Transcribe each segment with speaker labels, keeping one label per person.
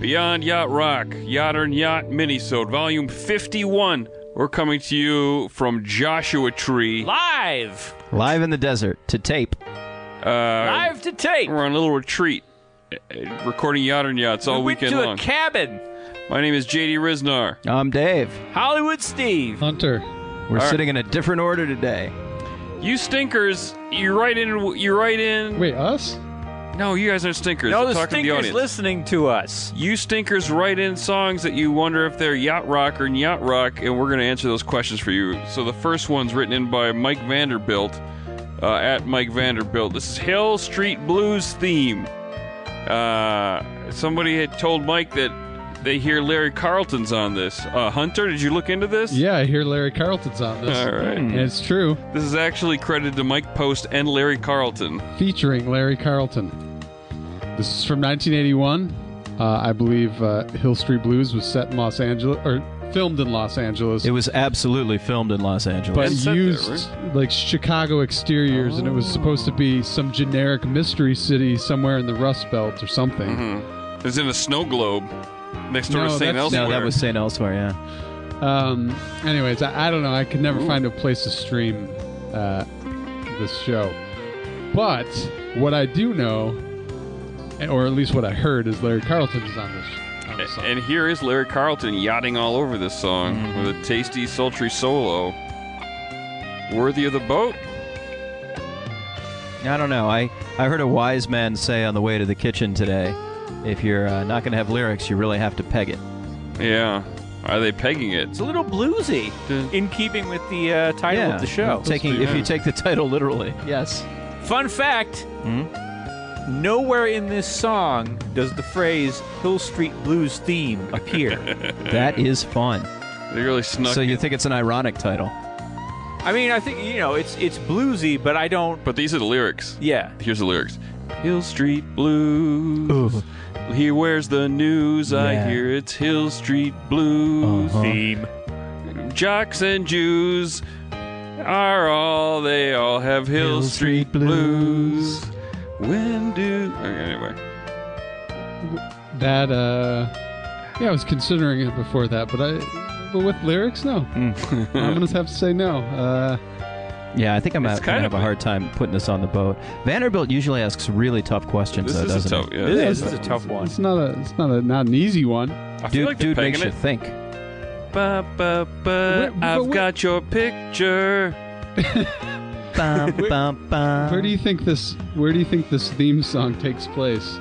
Speaker 1: Beyond Yacht Rock, Yachter and Yacht Minisode, Volume 51. We're coming to you from Joshua Tree.
Speaker 2: Live!
Speaker 3: Live in the desert to tape.
Speaker 1: Uh,
Speaker 2: Live to tape!
Speaker 1: we're on a little retreat, uh, uh, recording Yachter and Yachts all
Speaker 2: we went
Speaker 1: weekend
Speaker 2: to
Speaker 1: long.
Speaker 2: a cabin.
Speaker 1: My name is JD Riznar.
Speaker 3: I'm Dave.
Speaker 2: Hollywood Steve.
Speaker 4: Hunter.
Speaker 3: We're
Speaker 1: right.
Speaker 3: sitting in a different order today.
Speaker 1: You stinkers, you right in, you right in.
Speaker 4: Wait, us?
Speaker 1: No, you guys aren't stinkers.
Speaker 2: No,
Speaker 1: I'm
Speaker 2: the
Speaker 1: talking to the
Speaker 2: stinkers
Speaker 1: audience.
Speaker 2: listening to us.
Speaker 1: You stinkers write in songs that you wonder if they're yacht rock or yacht rock, and we're going to answer those questions for you. So the first one's written in by Mike Vanderbilt uh, at Mike Vanderbilt. This is Hill Street Blues theme. Uh, somebody had told Mike that they hear Larry Carlton's on this. Uh, Hunter, did you look into this?
Speaker 4: Yeah, I hear Larry Carlton's on this.
Speaker 1: All right.
Speaker 4: And it's true.
Speaker 1: This is actually credited to Mike Post and Larry Carlton.
Speaker 4: Featuring Larry Carlton. This is from 1981. Uh, I believe uh, Hill Street Blues was set in Los Angeles, or filmed in Los Angeles.
Speaker 3: It was absolutely filmed in Los
Speaker 4: but
Speaker 3: Angeles.
Speaker 1: It's set there, Oh.
Speaker 4: used like Chicago exteriors, and it was supposed to be some generic mystery city somewhere in the Rust Belt or something.
Speaker 1: Mm-hmm. It's in a snow globe next door
Speaker 4: No,
Speaker 1: to St.
Speaker 4: that's-
Speaker 1: Elsewhere.
Speaker 3: no, that was St. Elsewhere, yeah.
Speaker 4: Um, anyways, I, I don't know. I could never find a place to stream uh, this show. But what I do know, eh, or at least what I heard, is Larry Carlton is on this. On this song.
Speaker 1: And here is Larry Carlton yachting all over this song
Speaker 3: Mm-hmm.
Speaker 1: with a tasty, sultry solo. Worthy of the boat?
Speaker 3: I don't know. I, I heard a wise man say on the way to the kitchen today if you're uh, not going to have lyrics, you really have to peg it.
Speaker 1: Yeah. Are they pegging it?
Speaker 2: It's a little bluesy, in keeping with the uh, title
Speaker 3: yeah.
Speaker 2: of the show.
Speaker 3: Taking,
Speaker 1: Let's do
Speaker 3: if you
Speaker 1: that.
Speaker 3: take the title literally. Yes.
Speaker 2: Fun fact
Speaker 1: Hmm?
Speaker 2: nowhere in this song does the phrase Hill Street Blues theme appear.
Speaker 3: That is fun.
Speaker 1: They really snuck
Speaker 3: So you
Speaker 1: it.
Speaker 3: think it's an ironic title?
Speaker 2: I mean, I think, you know, it's it's bluesy, but I don't.
Speaker 1: But these are the lyrics.
Speaker 2: Yeah.
Speaker 1: Here's the lyrics Hill Street Blues. Here, where's the news? I
Speaker 3: Yeah.
Speaker 1: hear it's Hill Street Blues.
Speaker 3: Uh-huh.
Speaker 2: Theme.
Speaker 1: Jocks and Jews are all they all have Hill,
Speaker 3: Hill
Speaker 1: Street,
Speaker 3: Street
Speaker 1: blues.
Speaker 3: blues.
Speaker 1: When do okay, anyway?
Speaker 4: That uh, yeah, I was considering it before that, but I, but with lyrics, no. I'm gonna have to say no. Uh,
Speaker 3: Yeah, I think I'm
Speaker 1: It's
Speaker 3: out,
Speaker 1: kind
Speaker 3: gonna have
Speaker 1: of
Speaker 3: a
Speaker 1: a-
Speaker 3: hard time putting this on the boat. Vanderbilt usually asks really tough questions,
Speaker 1: This
Speaker 3: though,
Speaker 1: is a
Speaker 3: doesn't
Speaker 1: tough.
Speaker 3: he?
Speaker 1: Yeah,
Speaker 2: This
Speaker 1: this
Speaker 2: is
Speaker 1: is
Speaker 2: a tough one.
Speaker 4: it's not a, it's not a, not an easy one.
Speaker 1: I feel
Speaker 3: Dude,
Speaker 1: like they're
Speaker 3: dude makes
Speaker 1: pegging
Speaker 3: you
Speaker 1: it.
Speaker 3: think.
Speaker 1: Ba, ba, ba,
Speaker 4: Wh- but
Speaker 1: I've
Speaker 4: wh-
Speaker 1: got your picture.
Speaker 3: Bum, bum, bum.
Speaker 4: Where do you think this? Where do you think this theme song takes place?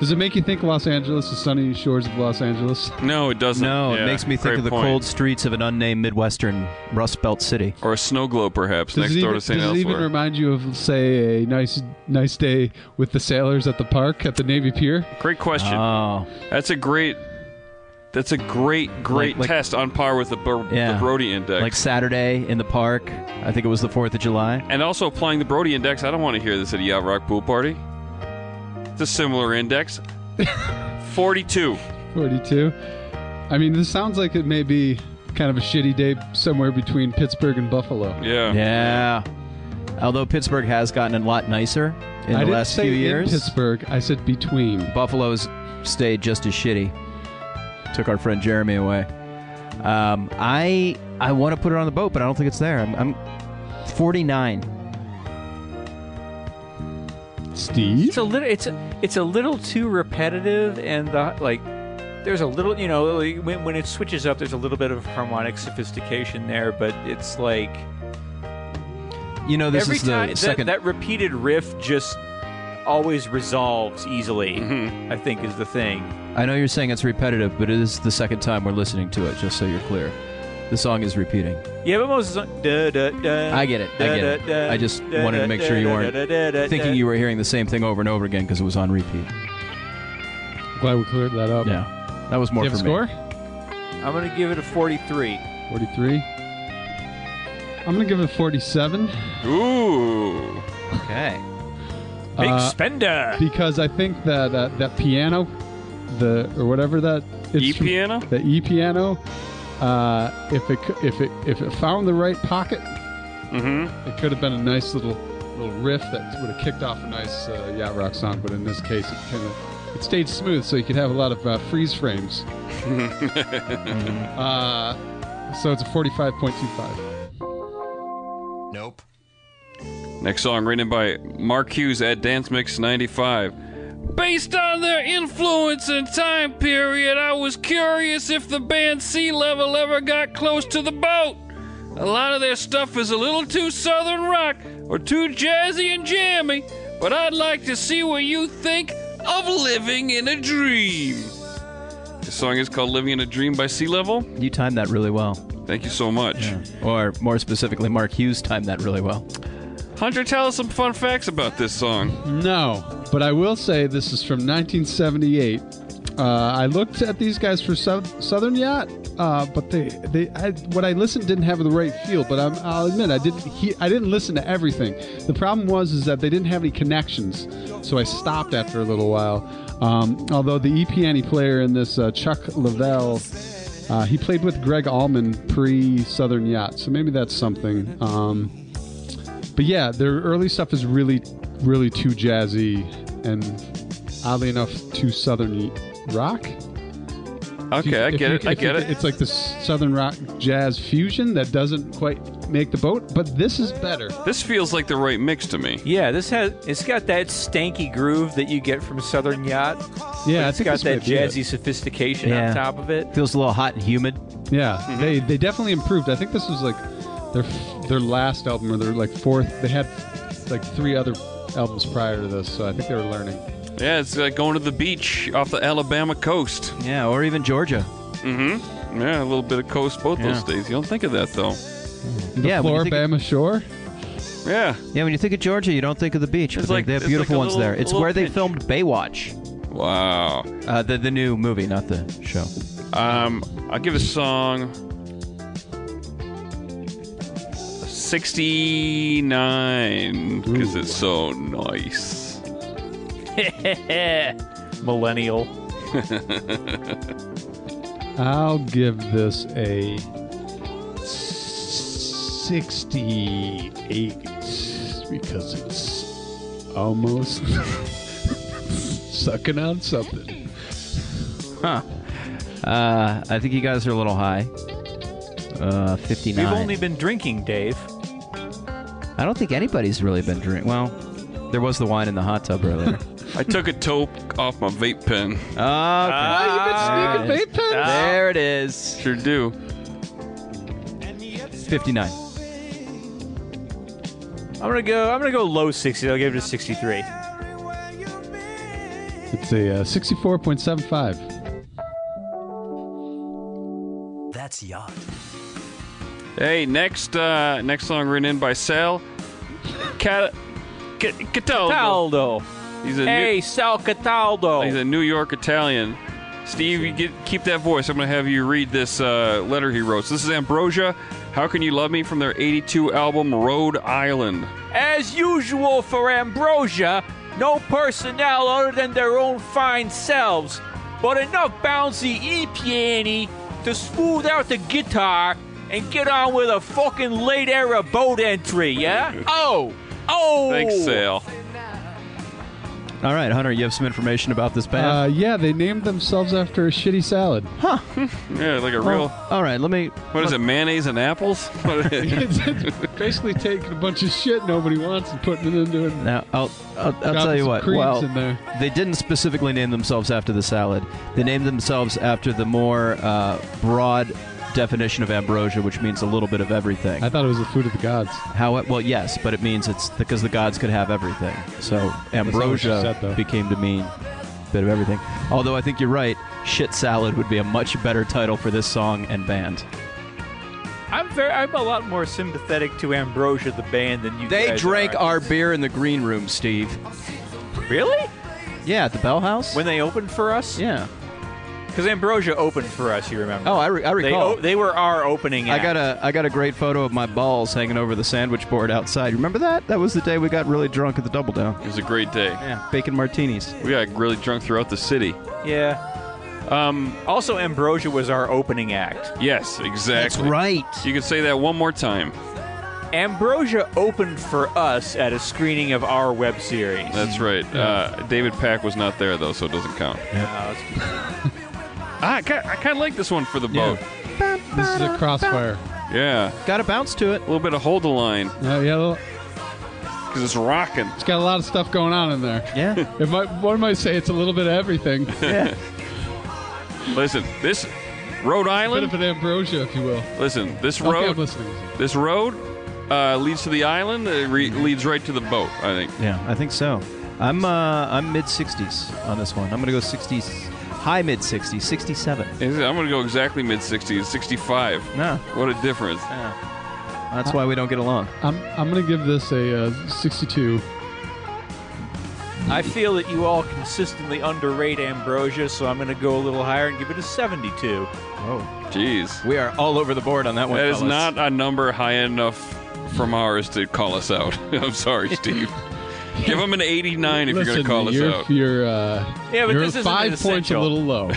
Speaker 4: Does it make you think Los Angeles, the sunny shores of Los Angeles?
Speaker 1: No, it doesn't.
Speaker 3: No,
Speaker 1: Yeah,
Speaker 3: it makes me
Speaker 1: great
Speaker 3: think of the
Speaker 1: point.
Speaker 3: cold streets of an unnamed Midwestern Rust Belt city.
Speaker 1: Or a snow globe, perhaps,
Speaker 4: Does
Speaker 1: next
Speaker 4: it
Speaker 1: door
Speaker 4: even,
Speaker 1: to St.
Speaker 4: does it even
Speaker 1: Elsewhere.
Speaker 4: remind you of, say, a nice nice day with the sailors at the park at the Navy Pier?
Speaker 1: great question.
Speaker 3: Oh,
Speaker 1: that's a great. That's a great, great
Speaker 3: Like- like-
Speaker 1: test on par with the, Bro-
Speaker 3: Yeah.
Speaker 1: the Brody Index.
Speaker 3: like Saturday in the park. I think it was the 4th of July.
Speaker 1: And also applying the Brody Index, I don't want to hear this at a Yacht Rock pool party. It's a similar index. 42.
Speaker 4: 42. I mean, this sounds like it may be kind of a shitty day somewhere between Pittsburgh and Buffalo.
Speaker 1: Yeah.
Speaker 3: Yeah. Although Pittsburgh has gotten a lot nicer in the
Speaker 4: I didn't
Speaker 3: last
Speaker 4: say
Speaker 3: few
Speaker 4: in
Speaker 3: years.
Speaker 4: Pittsburgh, I said between.
Speaker 3: Buffalo's stayed just as shitty. Took our friend Jeremy away. Um, I I want to put it on the boat, but I don't think it's there. I'm, I'm 49.
Speaker 4: Steve?
Speaker 2: It's a little. It's a, it's a little too repetitive, and the like. There's a little, you know, like, when, when it switches up, there's a little bit of harmonic sophistication there, but it's like
Speaker 3: You know, this
Speaker 2: every
Speaker 3: is the
Speaker 2: time that,
Speaker 3: second.
Speaker 2: that repeated riff just always resolves easily. I think is the thing.
Speaker 3: I know you're saying it's repetitive, but it is the second time we're listening to it. Just so you're clear, the song is repeating.
Speaker 2: Yeah, but most of the song- da, da, da,
Speaker 3: I get it. I get it.
Speaker 2: da, da,
Speaker 3: I just
Speaker 2: da,
Speaker 3: wanted to
Speaker 2: da,
Speaker 3: make
Speaker 2: da,
Speaker 3: sure you
Speaker 2: da,
Speaker 3: weren't
Speaker 2: da, da, da,
Speaker 3: Thinking
Speaker 2: da.
Speaker 3: you were hearing the same thing over and over again because it was on repeat.
Speaker 4: Glad we cleared that up.
Speaker 3: Yeah, that was
Speaker 4: Do
Speaker 3: more
Speaker 4: you have
Speaker 3: for
Speaker 4: a score?
Speaker 3: me.
Speaker 2: I'm gonna give it a 43.
Speaker 4: 43. I'm going to give it 47
Speaker 1: Ooh.
Speaker 3: Okay.
Speaker 2: Big
Speaker 4: Uh,
Speaker 2: spender.
Speaker 4: because I think that uh, that piano, the or whatever that
Speaker 1: E
Speaker 4: instru-
Speaker 1: piano?
Speaker 4: the e piano, uh, if it cou- if it if it found the right pocket,
Speaker 1: Mm hmm.
Speaker 4: it could have been a nice little little riff that would have kicked off a nice uh, yacht rock song. But in this case, it kind of It stayed smooth, so you could have a lot of uh, freeze frames. uh, so it's a 45.25.
Speaker 5: Nope.
Speaker 1: Next song written by Mark Hughes at Dance Mix 95. Based on their influence and time period, I was curious if the band Sea Level ever got close to the boat. A lot of their stuff is a little too southern rock or too jazzy and jammy, but I'd like to see what you think of Living in a Dream. The song is called Living in a Dream by Sea Level.
Speaker 3: You timed that really well.
Speaker 1: Thank you so much.
Speaker 3: Or more specifically, Mark Hughes timed that really well.
Speaker 1: Hunter, tell us some fun facts about this song.
Speaker 4: No, but I will say this is from 1978. Uh, I looked at these guys for South, Southern Yacht, uh, but they, they I, what I listened didn't have the right feel. But I'm, I'll admit I didn't he, I didn't listen to everything. The problem was is that they didn't have any connections, so I stopped after a little while. Um, although the E-piano player in this uh, Chuck Lavelle, uh, he played with Greg Allman pre Southern Yacht, so maybe that's something. Um, but yeah, their early stuff is really, really too jazzy and oddly enough, too southern rock. If you-
Speaker 1: Okay, I
Speaker 4: if
Speaker 1: get
Speaker 4: you-
Speaker 1: it. I
Speaker 4: if you-
Speaker 1: get it.
Speaker 4: It's like the southern rock jazz fusion that doesn't quite make the boat, but this is better.
Speaker 1: This feels like the right mix to me.
Speaker 2: Yeah, this has it's got that stanky groove that you get from Southern Yacht.
Speaker 4: Yeah, I
Speaker 2: it's
Speaker 4: think
Speaker 2: got
Speaker 4: this might
Speaker 2: that
Speaker 4: be it.
Speaker 2: jazzy sophistication
Speaker 3: Yeah.
Speaker 2: on top of it.
Speaker 3: Feels a little hot and humid.
Speaker 4: Yeah, Mm-hmm. they they definitely improved. I think this was like their their last album or their like fourth. They had like three other albums prior to this, so I think they were learning.
Speaker 1: Yeah, it's like going to the beach off the Alabama coast.
Speaker 3: Yeah, or even Georgia.
Speaker 1: Yeah, a little bit of coast both those days. You don't think of that though.
Speaker 4: The
Speaker 3: Yeah, when you think of-
Speaker 4: Floribama Shore.
Speaker 1: Yeah.
Speaker 3: Yeah, when you think of Georgia, you don't think of the beach. But
Speaker 1: It's
Speaker 3: they-
Speaker 1: like-
Speaker 3: they have
Speaker 1: it's
Speaker 3: beautiful
Speaker 1: like a
Speaker 3: ones
Speaker 1: little-
Speaker 3: there. It's
Speaker 1: little
Speaker 3: where they
Speaker 1: pinch.
Speaker 3: filmed Baywatch,
Speaker 1: Wow.
Speaker 3: uh, the the new movie, not the show.
Speaker 1: Um, I'll give a song. Sixty-nine because it's so nice.
Speaker 2: Millennial.
Speaker 4: I'll give this a sixty-eight because it's almost sucking on something.
Speaker 3: Uh, I think you guys are a little high. Uh, fifty
Speaker 2: We've
Speaker 3: nine.
Speaker 2: only been drinking, Dave.
Speaker 3: I don't think anybody's really been drinking. Well, there was the wine in the hot tub earlier. Oh,
Speaker 1: I took a tope off my vape pen.
Speaker 3: okay. Ah,
Speaker 4: Sneaking vape pens.
Speaker 3: There it is.
Speaker 1: Sure do.
Speaker 3: Fifty nine.
Speaker 2: I'm gonna go. I'm gonna go low 60s. I'll give it a 63.
Speaker 4: It's a uh, sixty-four point seven five.
Speaker 5: That's yacht.
Speaker 1: Hey, next uh, next song written in by Sal Cat- Ca- Cataldo.
Speaker 2: Cataldo.
Speaker 1: He's a
Speaker 2: Hey,
Speaker 1: new,
Speaker 2: Sal Cataldo.
Speaker 1: he's a New York Italian. Steve, you get keep that voice. I'm gonna have you read this uh, letter he wrote. So this is Ambrosia. How can you love me from their '82 album Rhode Island?
Speaker 2: As usual for Ambrosia, no personnel other than their own fine selves, but enough bouncy e piani to smooth out the guitar and get on with a fucking late era boat entry, yeah? Oh! Oh!
Speaker 1: Thanks, Sal.
Speaker 3: All right, Hunter, you have some information about this band.
Speaker 4: Uh, yeah, they named themselves after a shitty salad.
Speaker 1: Yeah, like a real.
Speaker 3: Oh, All right, let me.
Speaker 1: What is it? Mayonnaise and apples? What is it?
Speaker 4: it's, it's basically taking a bunch of shit nobody wants and putting it into it.
Speaker 3: Now, I'll, I'll, I'll
Speaker 4: Dropping
Speaker 3: tell you
Speaker 4: some
Speaker 3: what.
Speaker 4: creams
Speaker 3: Well,
Speaker 4: in there.
Speaker 3: they didn't specifically name themselves after the salad. They named themselves after the more uh, broad definition of ambrosia, which means a little bit of everything.
Speaker 4: I thought it was the food of the gods.
Speaker 3: How? Well, yes, but it means it's because the gods could have everything. So
Speaker 4: not what she
Speaker 3: ambrosia
Speaker 4: said, though.
Speaker 3: became to mean a bit of everything. Although I think you're right. Shit salad would be a much better title for this song and band.
Speaker 2: I'm very, I'm a lot more sympathetic to Ambrosia the band than you
Speaker 3: They
Speaker 2: guys
Speaker 3: drank
Speaker 2: are.
Speaker 3: our beer in the green room, Steve.
Speaker 2: Really?
Speaker 3: Yeah, at the Bell House.
Speaker 2: When they opened for us?
Speaker 3: yeah.
Speaker 2: Because Ambrosia opened for us, you remember.
Speaker 3: Oh, I, re- I
Speaker 2: They,
Speaker 3: recall.
Speaker 2: o- they were our opening
Speaker 3: I
Speaker 2: act.
Speaker 3: got a I got a great photo of my balls hanging over the sandwich board outside. You Remember that? That was the day we got really drunk at the Double Down.
Speaker 1: It was a great day.
Speaker 3: Yeah, bacon martinis.
Speaker 1: We got really drunk throughout the city.
Speaker 2: Yeah.
Speaker 1: Um,
Speaker 2: Also, Ambrosia was our opening act.
Speaker 1: yes, exactly.
Speaker 3: right.
Speaker 1: You can say that one more time.
Speaker 2: Ambrosia opened for us at a screening of our web series.
Speaker 1: That's right. Uh, David Pack was not there though, so it doesn't count.
Speaker 2: Uh, it's-
Speaker 1: I kind I kind of like this one for the
Speaker 4: Yeah.
Speaker 1: boat.
Speaker 4: This is a crossfire.
Speaker 1: Yeah,
Speaker 3: Got a bounce to it.
Speaker 1: a little bit of hold the line
Speaker 4: Uh, yeah, well,
Speaker 1: because it's rocking.
Speaker 4: it's got a lot of stuff going on in there.
Speaker 3: Yeah.
Speaker 4: If I, one might say it's a little bit of everything. a
Speaker 1: Listen, this Rhode
Speaker 4: bit of
Speaker 1: Island.
Speaker 4: an ambrosia, if you will.
Speaker 1: Listen, this
Speaker 4: Okay, I'm
Speaker 1: road.
Speaker 4: listening.
Speaker 1: This road uh, leads to the island. It re- leads right to the boat. I think.
Speaker 3: Yeah, I think so. I'm uh, I'm mid 60s on this one. I'm gonna go 60s, high mid 60s, 67.
Speaker 1: Is it- I'm going to go exactly mid 60s, 65.
Speaker 3: No,
Speaker 1: What a difference.
Speaker 3: that's why we don't get along.
Speaker 4: I'm, I'm going to give this a uh, 62.
Speaker 2: I feel that you all consistently underrate Ambrosia, so I'm going to go a little higher and give it a 72.
Speaker 3: Oh,
Speaker 1: Jeez.
Speaker 3: we are all over the board on that one.
Speaker 1: That is
Speaker 3: fellas.
Speaker 1: not a number high enough from ours to call us out. I'm sorry, Steve. Give him an 89 if you're going
Speaker 4: Listen,
Speaker 1: to call us
Speaker 4: you're,
Speaker 1: out.
Speaker 4: You're, uh,
Speaker 2: Yeah, but
Speaker 4: you're
Speaker 2: this isn't
Speaker 4: five
Speaker 2: an
Speaker 4: points a
Speaker 2: essential.
Speaker 4: little low.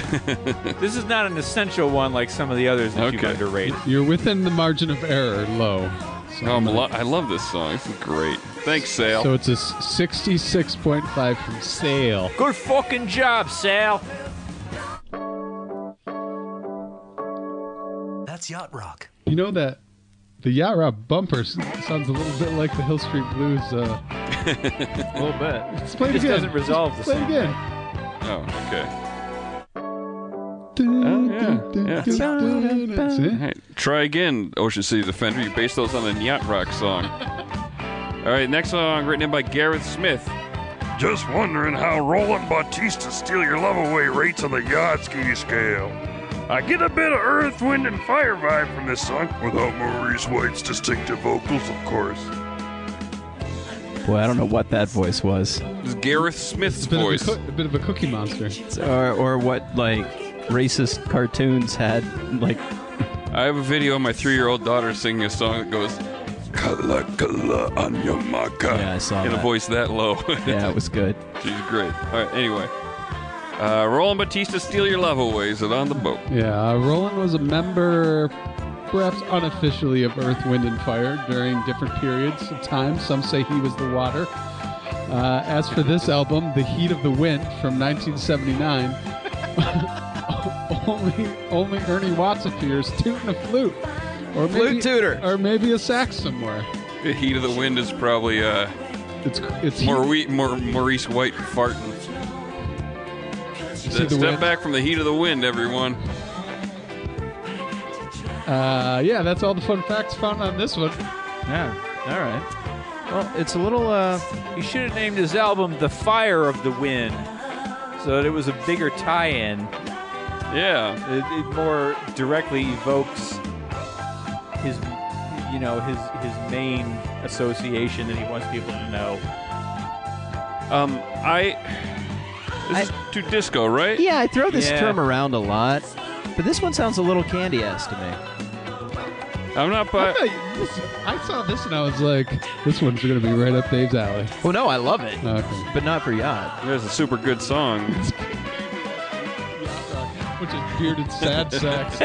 Speaker 2: This is not an essential one like some of the others that you've
Speaker 1: Okay.
Speaker 2: underrated.
Speaker 4: you're within the margin of error low. So,
Speaker 1: Oh, I'm lo- I love this song. This is great. Thanks, Sale.
Speaker 4: so it's a s- 66.5 from Sale.
Speaker 2: Good fucking job, Sal.
Speaker 5: That's yacht rock.
Speaker 4: You know that the Yacht Rock bumper s- sounds a little bit like the Hill Street Blues. Uh,
Speaker 3: a little bit.
Speaker 4: let's play it
Speaker 2: It just
Speaker 4: again.
Speaker 2: doesn't resolve the
Speaker 4: Play it
Speaker 2: same
Speaker 4: again.
Speaker 1: oh, okay.
Speaker 4: Oh,
Speaker 1: yeah, yeah. All right. Try again, Ocean City Defender. You based those on the Yacht Rock song. All right, next song written in by Gareth Smith.
Speaker 6: Just wondering how Roland Bautista steal your love away rates on the Yachtski scale. I get a bit of earth, wind, and fire vibe from this song, without Maurice White's distinctive vocals, of course.
Speaker 3: Boy, I don't know what that voice was,
Speaker 1: This is Gareth Smith's
Speaker 4: Bit of a
Speaker 1: voice.
Speaker 4: coo- a bit of a cookie monster.
Speaker 3: or or what like racist cartoons had like.
Speaker 1: I have a video of my three-year-old daughter singing a song that goes "Kala Kala Anyamaka"
Speaker 3: Yeah, I saw
Speaker 1: in a
Speaker 3: that.
Speaker 1: voice that low.
Speaker 3: Yeah, it was good.
Speaker 1: she's great. All right, anyway, uh, Roland Batista, "Steal Your Love Away" is it on the boat?
Speaker 4: Yeah, uh, Roland was a member, perhaps unofficially, of Earth, Wind, and Fire during different periods of time. Some say he was the water. Uh, as for this album, The Heat of the Wind from 1979, only, only Ernie Watts appears tooting a flute. Or
Speaker 3: Flute tooter.
Speaker 4: Or maybe a sax somewhere.
Speaker 1: The heat of the wind is probably uh,
Speaker 4: It's, it's
Speaker 1: more, we- more Maurice White farting.
Speaker 4: heat,
Speaker 1: Step
Speaker 4: the wind.
Speaker 1: back from the heat of the wind, everyone.
Speaker 4: Uh, yeah, that's all the fun facts found on this one.
Speaker 3: Yeah. All right. Well, it's a little. uh
Speaker 2: He should have named his album The Fire of the Wind so that it was a bigger tie in.
Speaker 1: Yeah,
Speaker 2: It, it more directly evokes his, you know, his, his main association that he wants people to know.
Speaker 1: um, I. This is to disco, right?
Speaker 3: Yeah, I throw this
Speaker 2: Yeah.
Speaker 3: term around a lot, but this one sounds a little candy ass to me.
Speaker 1: I'm not. By,
Speaker 4: I thought you- this- I saw this and I was like, this one's going to be right up Dave's alley.
Speaker 3: Well, Oh, no, I love it,
Speaker 4: Okay.
Speaker 3: but not for yacht.
Speaker 1: there's a super good song.
Speaker 4: Which is bearded sad sex.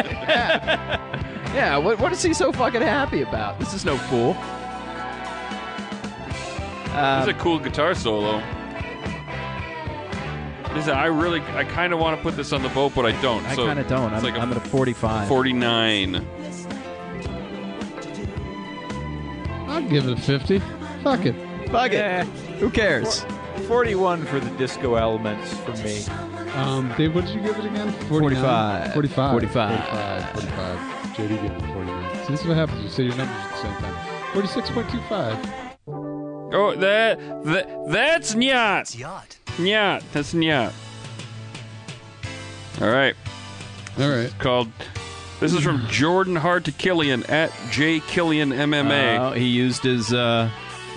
Speaker 3: Yeah. What, what is he so fucking happy about? This is no fool.
Speaker 1: This is a cool guitar solo. This is, I really, I kind of want to put this on the boat, but I don't.
Speaker 3: I
Speaker 1: so
Speaker 3: kind of don't.
Speaker 1: It's
Speaker 3: I'm,
Speaker 1: like a
Speaker 3: I'm at a 45.
Speaker 1: 49.
Speaker 4: I'll give it a 50. Fuck it.
Speaker 3: Fuck
Speaker 2: Yeah.
Speaker 3: Who cares?
Speaker 2: 41 for the disco elements for me.
Speaker 4: Um, Dave, what did you give it again?
Speaker 3: 45.
Speaker 4: 45.
Speaker 3: 45.
Speaker 4: 45. 45. JD gave it 49. See, this is what happens. You say your numbers at the same time. 46.25.
Speaker 1: Oh, that, that that's
Speaker 5: It's
Speaker 1: nyat,
Speaker 5: yacht.
Speaker 1: nyat. That's nyat. All right,
Speaker 4: All right.
Speaker 1: called. This is from Jordan Hard to Killian at J Killian MMA.
Speaker 3: Uh, he used his uh,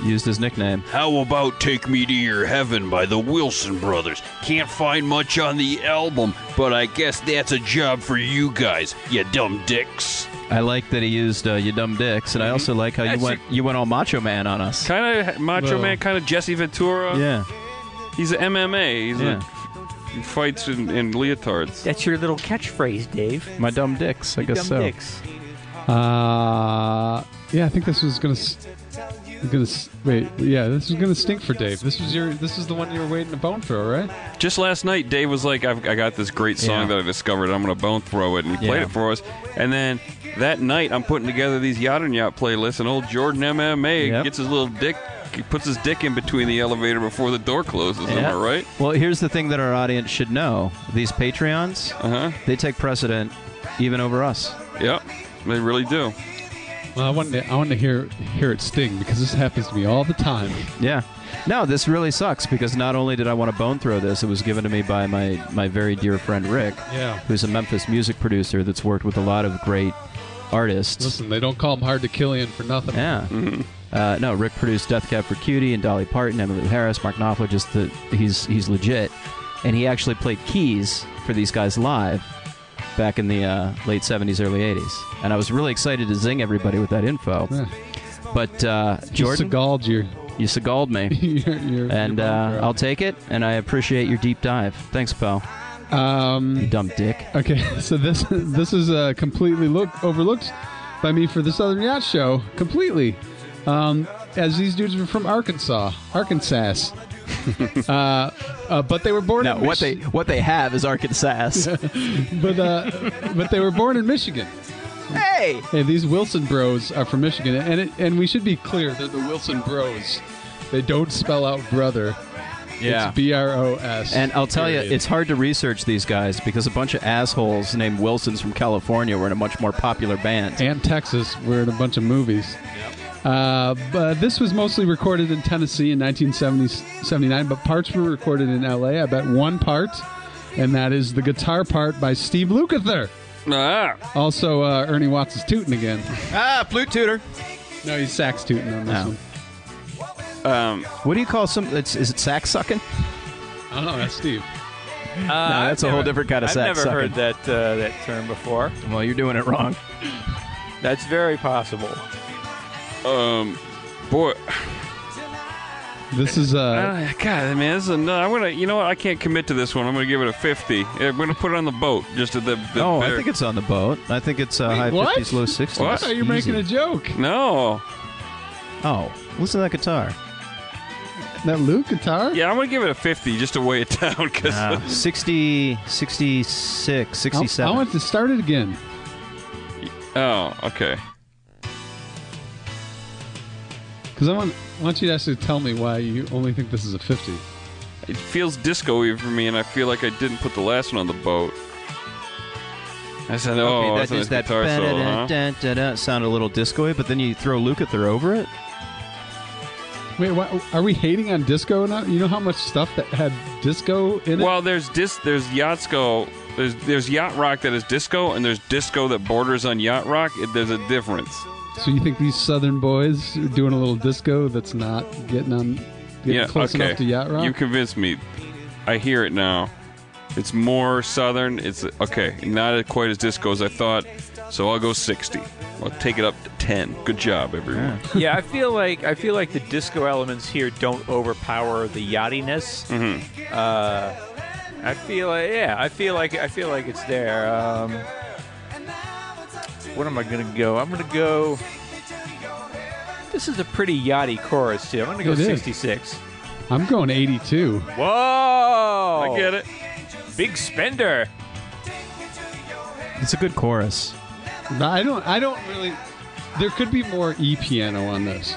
Speaker 3: used his nickname.
Speaker 6: How about Take Me to Your Heaven by the Wilson Brothers? Can't find much on the album, but I guess that's a job for you guys, you dumb dicks.
Speaker 3: I like that he used uh, you dumb dicks,
Speaker 1: Mm-hmm.
Speaker 3: and I also like how you went you went all macho man on us.
Speaker 1: kind of Macho
Speaker 4: Well.
Speaker 1: Man, kind of Jesse Ventura.
Speaker 3: Yeah,
Speaker 1: He's an MMA. He's
Speaker 3: yeah.
Speaker 1: a, he fights in, in leotards.
Speaker 2: That's your little catchphrase, Dave.
Speaker 3: My dumb dicks. I guess so.
Speaker 2: dicks.
Speaker 4: Uh, yeah, I think this was gonna s- gonna s- wait. Yeah, this was gonna stink for Dave. This was your. This is the one you were waiting to bone throw, right?
Speaker 1: Just last night, Dave was like, I've, I got this great song
Speaker 4: Yeah.
Speaker 1: that I discovered. I'm going to bone throw it. And he played
Speaker 4: Yeah.
Speaker 1: it for us. And then that night, I'm putting together these Yacht and Yacht playlists, and old Jordan MMA
Speaker 3: Yep.
Speaker 1: gets his little dick, he puts his dick in between the elevator before the door closes. Am I
Speaker 3: Yeah.
Speaker 1: right?
Speaker 3: Well, here's the thing that our audience should know: these Patreons,
Speaker 1: Uh huh.
Speaker 3: they take precedent even over us.
Speaker 1: Yep. They really do.
Speaker 4: Well, I wanted to, I wanted to hear hear it sting because this happens to me all the time.
Speaker 3: Yeah. No, this really sucks because not only did I want to bone throw this, it was given to me by my, my very dear friend Rick,
Speaker 4: Yeah.
Speaker 3: who's a Memphis music producer that's worked with a lot of great artists.
Speaker 4: Listen, they don't call him hard to Killian for nothing.
Speaker 3: Yeah. Uh, no, Rick produced Death Cab for Cutie and Dolly Parton, Emily Harris, Mark Knopfler. Just the he's he's legit, and he actually played keys for these guys live back in the uh, late '70s, early '80s. And I was really excited to zing everybody with that info.
Speaker 4: Yeah.
Speaker 3: But uh,
Speaker 4: Just
Speaker 3: Jordan,
Speaker 4: seagulled your,
Speaker 3: you seagulled me,
Speaker 4: your, your
Speaker 3: and
Speaker 4: your
Speaker 3: uh,
Speaker 4: bone
Speaker 3: I'll take it. And I appreciate your deep dive. Thanks, pal.
Speaker 4: throw. um,
Speaker 3: You dumb dick.
Speaker 4: Okay, so this this is uh, completely look overlooked by me for the Southern Yacht Show completely, um, as these dudes were from Arkansas, Arkansas. uh, uh, but they were born
Speaker 3: No,
Speaker 4: in
Speaker 3: what they
Speaker 4: Michi-
Speaker 3: what they have is Arkansas.
Speaker 4: but uh, but they were born in Michigan.
Speaker 3: hey,
Speaker 4: Hey, these Wilson Bros are from Michigan, and it, and we should be clear they're the Wilson Bros. They don't spell out brother.
Speaker 3: yeah.
Speaker 4: It's B R O S.
Speaker 3: And I'll tell you,
Speaker 4: period.
Speaker 3: it's hard to research these guys because a bunch of assholes named Wilsons from California were in a much more popular band.
Speaker 4: and Texas. We're in a bunch of movies. Uh, but this was mostly recorded in Tennessee in 1979, but parts were recorded in LA. I bet one part, and that is the guitar part by Steve Lukather.
Speaker 1: Ah.
Speaker 4: Also, uh, Ernie Watts is tooting again.
Speaker 3: Ah, flute tutor.
Speaker 4: No, he's sax tooting on this
Speaker 3: Oh.
Speaker 4: one.
Speaker 1: Um,
Speaker 3: What do you call some? It's, is it sax sucking?
Speaker 4: I don't know, Oh, that's Steve.
Speaker 3: No, that's a whole different kind of
Speaker 2: Uh, I've
Speaker 3: sack
Speaker 2: never
Speaker 3: sucking.
Speaker 2: heard that uh, that term before.
Speaker 3: Well, you're doing it wrong.
Speaker 2: That's very possible.
Speaker 1: um, boy.
Speaker 4: This is uh,
Speaker 1: Uh, God, man, this is another. I'm gonna, you know what? I can't commit to this one. I'm gonna give it a 50. I'm gonna put it on the boat. Just at the. the
Speaker 3: Oh, I
Speaker 1: bare-
Speaker 3: think it's on the boat. I think it's uh, high
Speaker 4: what?
Speaker 3: 50s, low 60s.
Speaker 1: What?
Speaker 4: oh, you're making a joke.
Speaker 1: No.
Speaker 3: Oh, listen to that guitar.
Speaker 4: That Luke guitar?
Speaker 1: Yeah, I'm gonna give it a 50 just to weigh it down. Cause
Speaker 3: Uh, 60, 66,
Speaker 4: I,
Speaker 3: 67.
Speaker 4: I want to start it again.
Speaker 1: oh, okay.
Speaker 4: Because I want, I want you to actually tell me why you only think this is a 50.
Speaker 1: It feels disco-y for me, and I feel like I didn't put the last one on the boat. I said, "Oh,
Speaker 3: okay,
Speaker 1: that's
Speaker 3: that is
Speaker 1: a nice
Speaker 3: that
Speaker 1: guitar solo, huh?
Speaker 3: ba-da-da-da-da-da sound a little disco but then you throw Lukather over it.
Speaker 4: Wait, why, are we hating on disco now? You know how much stuff that had disco in it?
Speaker 1: Well, there's dis, there's yachtsko, there's there's yacht rock that is disco, and there's disco that borders on yacht rock. It, there's a difference.
Speaker 4: so you think these southern boys are doing a little disco that's not getting on getting
Speaker 1: yeah,
Speaker 4: close
Speaker 1: okay.
Speaker 4: enough to yacht rock?
Speaker 1: You convinced me. I hear it now. It's more southern. It's okay, not quite as disco as I thought. So I'll go 60. I'll take it up to 10. Good job, everyone.
Speaker 2: yeah, I feel like I feel like the disco elements here don't overpower the yachtiness. Uh, I feel like yeah, I feel like I feel like it's there. Um, what am I gonna go? I'm gonna go. This is a pretty yachty chorus too. I'm gonna go
Speaker 4: It is.
Speaker 2: 66.
Speaker 4: I'm going 82.
Speaker 2: Whoa!
Speaker 1: I get it.
Speaker 2: Big spender.
Speaker 3: It's a good chorus.
Speaker 4: I don't. I don't really. There could be more e piano on this.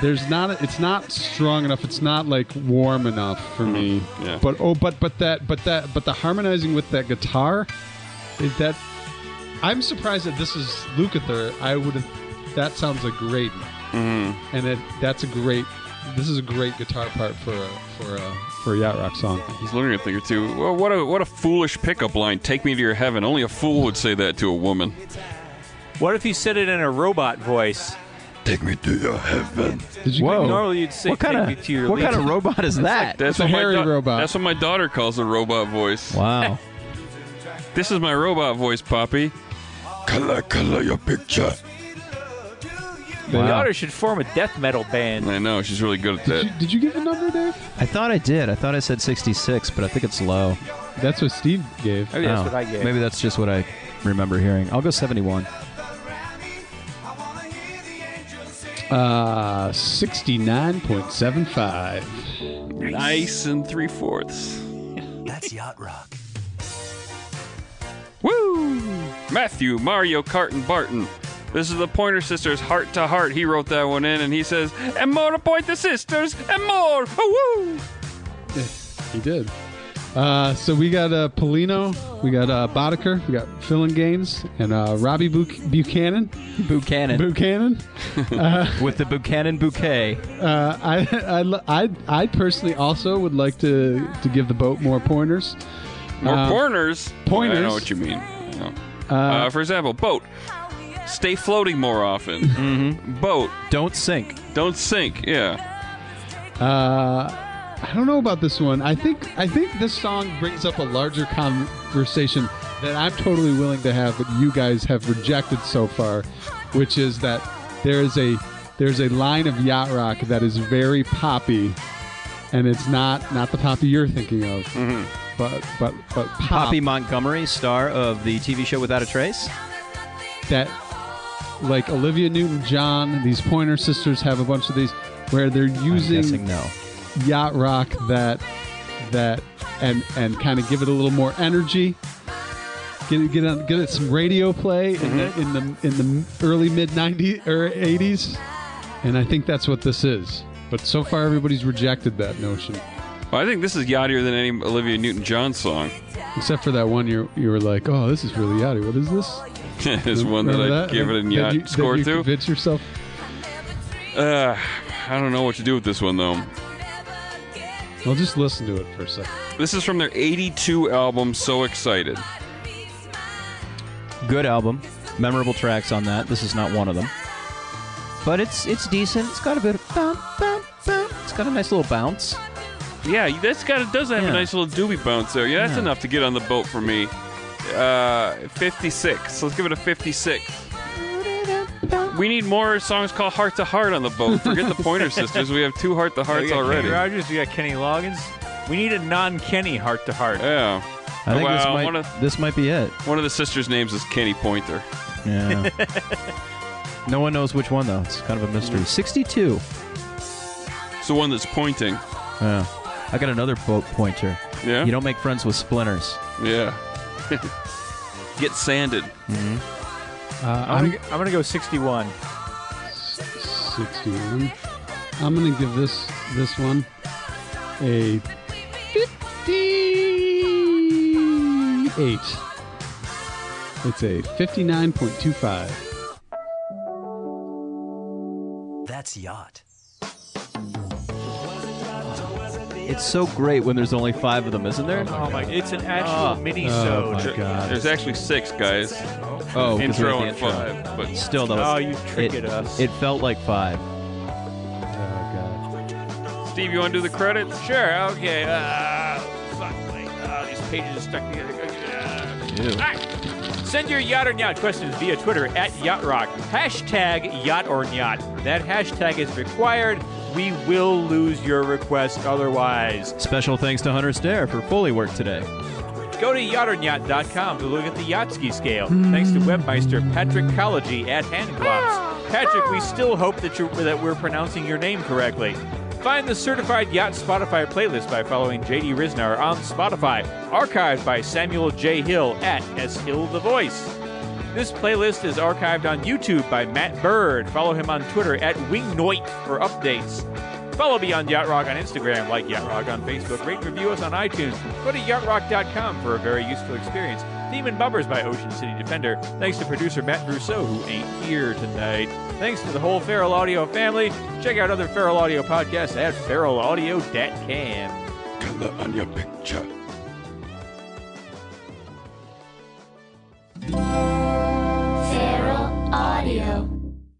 Speaker 4: There's not. It's not strong enough. It's not like warm enough for
Speaker 3: Mm-hmm.
Speaker 4: me.
Speaker 1: yeah.
Speaker 4: But oh, but but that, but that, but the harmonizing with that guitar, is that. I'm surprised that this is Lukather. I would have. That sounds a great.
Speaker 3: Mm-hmm.
Speaker 4: And it, that's a great. This is a great guitar part for a for a for a yacht rock song.
Speaker 1: He's learning a thing or two. Well, what a what a foolish pickup line. Take me to your heaven. Only a fool would say that to a woman.
Speaker 2: What if you said it in a robot voice?
Speaker 6: Take me to your heaven.
Speaker 4: Did you?
Speaker 3: Whoa.
Speaker 2: Normally you'd say
Speaker 3: what kind
Speaker 2: "Take me to
Speaker 3: of
Speaker 2: your
Speaker 3: what kind of
Speaker 2: lead."
Speaker 3: robot is that?
Speaker 1: That's
Speaker 4: It's a
Speaker 1: what my
Speaker 4: hairy robot.
Speaker 1: That's what my daughter calls a robot voice.
Speaker 3: wow.
Speaker 1: This is my robot voice, Poppy.
Speaker 6: Color, color your picture.
Speaker 2: Your
Speaker 3: Wow.
Speaker 2: daughter should form a death metal band.
Speaker 1: I know she's really good at
Speaker 4: Did you,
Speaker 1: that.
Speaker 4: did you give a number, Dave?
Speaker 3: I thought I did. I thought I said 66, but I think it's low.
Speaker 4: That's what Steve gave.
Speaker 2: Maybe that's
Speaker 3: Oh,
Speaker 2: what I gave.
Speaker 3: Maybe that's just what I remember hearing. I'll go 71.
Speaker 4: Uh, 69.75.
Speaker 1: Nice and three fourths.
Speaker 5: That's Yacht Rock.
Speaker 1: Woo! Matthew, Mario, Kart, and Barton. This is the Pointer Sisters Heart to Heart. He wrote that one in and he says, And more to Pointer Sisters, and more! Woo!
Speaker 4: Yeah, he did. Uh, so we got uh, Polino, we got uh, Boddicker, we got Phil Gaines, and uh, Robbie Buch- Buchanan.
Speaker 3: Buchanan
Speaker 4: Buchanan.
Speaker 3: with the Buchanan bouquet.
Speaker 4: Uh, I, I, lo- I, I personally also would like to, to give the boat more pointers.
Speaker 1: More
Speaker 4: Um,
Speaker 1: pointers.
Speaker 4: pointers.
Speaker 1: I know what you mean. No. Uh, for example, boat. Stay floating more often.
Speaker 4: Mm-hmm.
Speaker 1: Boat.
Speaker 3: Don't sink.
Speaker 1: Don't sink. Yeah.
Speaker 4: Uh, I don't know about this one. I think I think this song brings up a larger conversation that I'm totally willing to have that you guys have rejected so far, which is that there is a there's a line of yacht rock that is very poppy, and it's not not the poppy you're thinking of, but but but pop
Speaker 3: Mm-hmm. Poppy Montgomery, star of the TV show Without a Trace.
Speaker 4: that like Olivia Newton-John. These Pointer Sisters have a bunch of these where they're
Speaker 3: I'm
Speaker 4: using
Speaker 3: guessing no.
Speaker 4: yacht rock that that and and kind of give it a little more energy get it get it, get it some radio play
Speaker 1: Mm-hmm.
Speaker 4: in, the, in the in the early mid 90s or 80s and i think that's what this is but so far everybody's rejected that notion
Speaker 1: Well, I think this is yachtier than any Olivia Newton John song.
Speaker 4: except for that one you you were like oh this is really yachty what is this
Speaker 1: There's one that I
Speaker 4: Remember
Speaker 1: gave it a
Speaker 4: That
Speaker 1: yacht
Speaker 4: you- that
Speaker 1: score
Speaker 4: you
Speaker 1: to.
Speaker 4: convince yourself
Speaker 1: Uh, I don't know what to do with this one though.
Speaker 4: well just listen to it for a Uh, second
Speaker 1: This is from their 82 album, So Excited.
Speaker 3: Good album. Memorable tracks on that. This is not one of them. But it's it's decent. It's got a bit of bump, bump, bump. It's got a nice little bounce.
Speaker 1: Yeah, that's got it. Does have
Speaker 3: Yeah.
Speaker 1: a nice little doobie bounce there. Yeah, that's
Speaker 3: Yeah.
Speaker 1: enough to get on the boat for me. Uh, 56. Let's give it a 56. We need more songs called Heart to Heart on the boat. Forget the Pointer Sisters. We have two Heart to
Speaker 2: we
Speaker 1: Hearts
Speaker 2: got
Speaker 1: already.
Speaker 2: Kenny Rogers, we got Kenny Loggins. We need a non-Kenny heart to heart.
Speaker 1: Yeah.
Speaker 3: I think this
Speaker 1: Well,
Speaker 3: might
Speaker 1: one of-
Speaker 3: this might be it.
Speaker 1: One of the sisters' names is Kenny Pointer.
Speaker 3: Yeah. no one knows which one though. It's kind of a mystery. Sixty-two.
Speaker 1: It's the one that's pointing.
Speaker 3: Yeah. I got another boat pointer.
Speaker 1: Yeah?
Speaker 3: You don't make friends with splinters.
Speaker 1: yeah. Get sanded.
Speaker 4: uh,
Speaker 2: I'm, gonna, I'm gonna go 61.
Speaker 4: 61. I'm going to give this this one a 58. It's a 59.25.
Speaker 5: That's Yacht.
Speaker 3: It's so great when there's only five of them, isn't there?
Speaker 2: Oh my! It's an actual mini
Speaker 4: Oh
Speaker 2: sode.
Speaker 4: my god.
Speaker 1: There's actually six guys.
Speaker 3: Oh, 'cause there's
Speaker 1: intro
Speaker 3: the
Speaker 1: and five. But
Speaker 3: Still though.
Speaker 2: Oh,
Speaker 3: it's-
Speaker 2: you tricked us.
Speaker 3: It felt like five.
Speaker 4: Oh god.
Speaker 1: Steve, you want to do the credits?
Speaker 2: Sure. Okay. Uh, fuck. Like, uh, these pages are stuck together. Uh, all right. Send your yacht or yacht questions via Twitter at yachtrock. Hashtag yacht or yacht. That hashtag is required. We will lose your request otherwise.
Speaker 3: Special thanks to Hunter Stair for Foley work today.
Speaker 2: Go to yachternyat.com to look at the Yachtsky scale. Thanks to webmeister Patrick Collegy at Handgloves. Patrick, we still hope that, you, that we're pronouncing your name correctly. Find the certified yacht Spotify playlist by following JD Risnar on Spotify, archived by Samuel J. Hill at S. Hill the Voice. This playlist is archived on YouTube by Matt Bird. Follow him on Twitter at Wingnoit for updates. Follow Beyond Yacht Rock on Instagram, like Yacht Rock on Facebook, rate and review us on iTunes. Go to yachtrock.com for a very useful experience. Theme and Bumpers by Ocean City Defender. Thanks to producer Matt Rousseau, who ain't here tonight. Thanks to the whole Feral Audio family. Check out other Feral Audio podcasts at feralaudio.com.
Speaker 6: Color on your picture.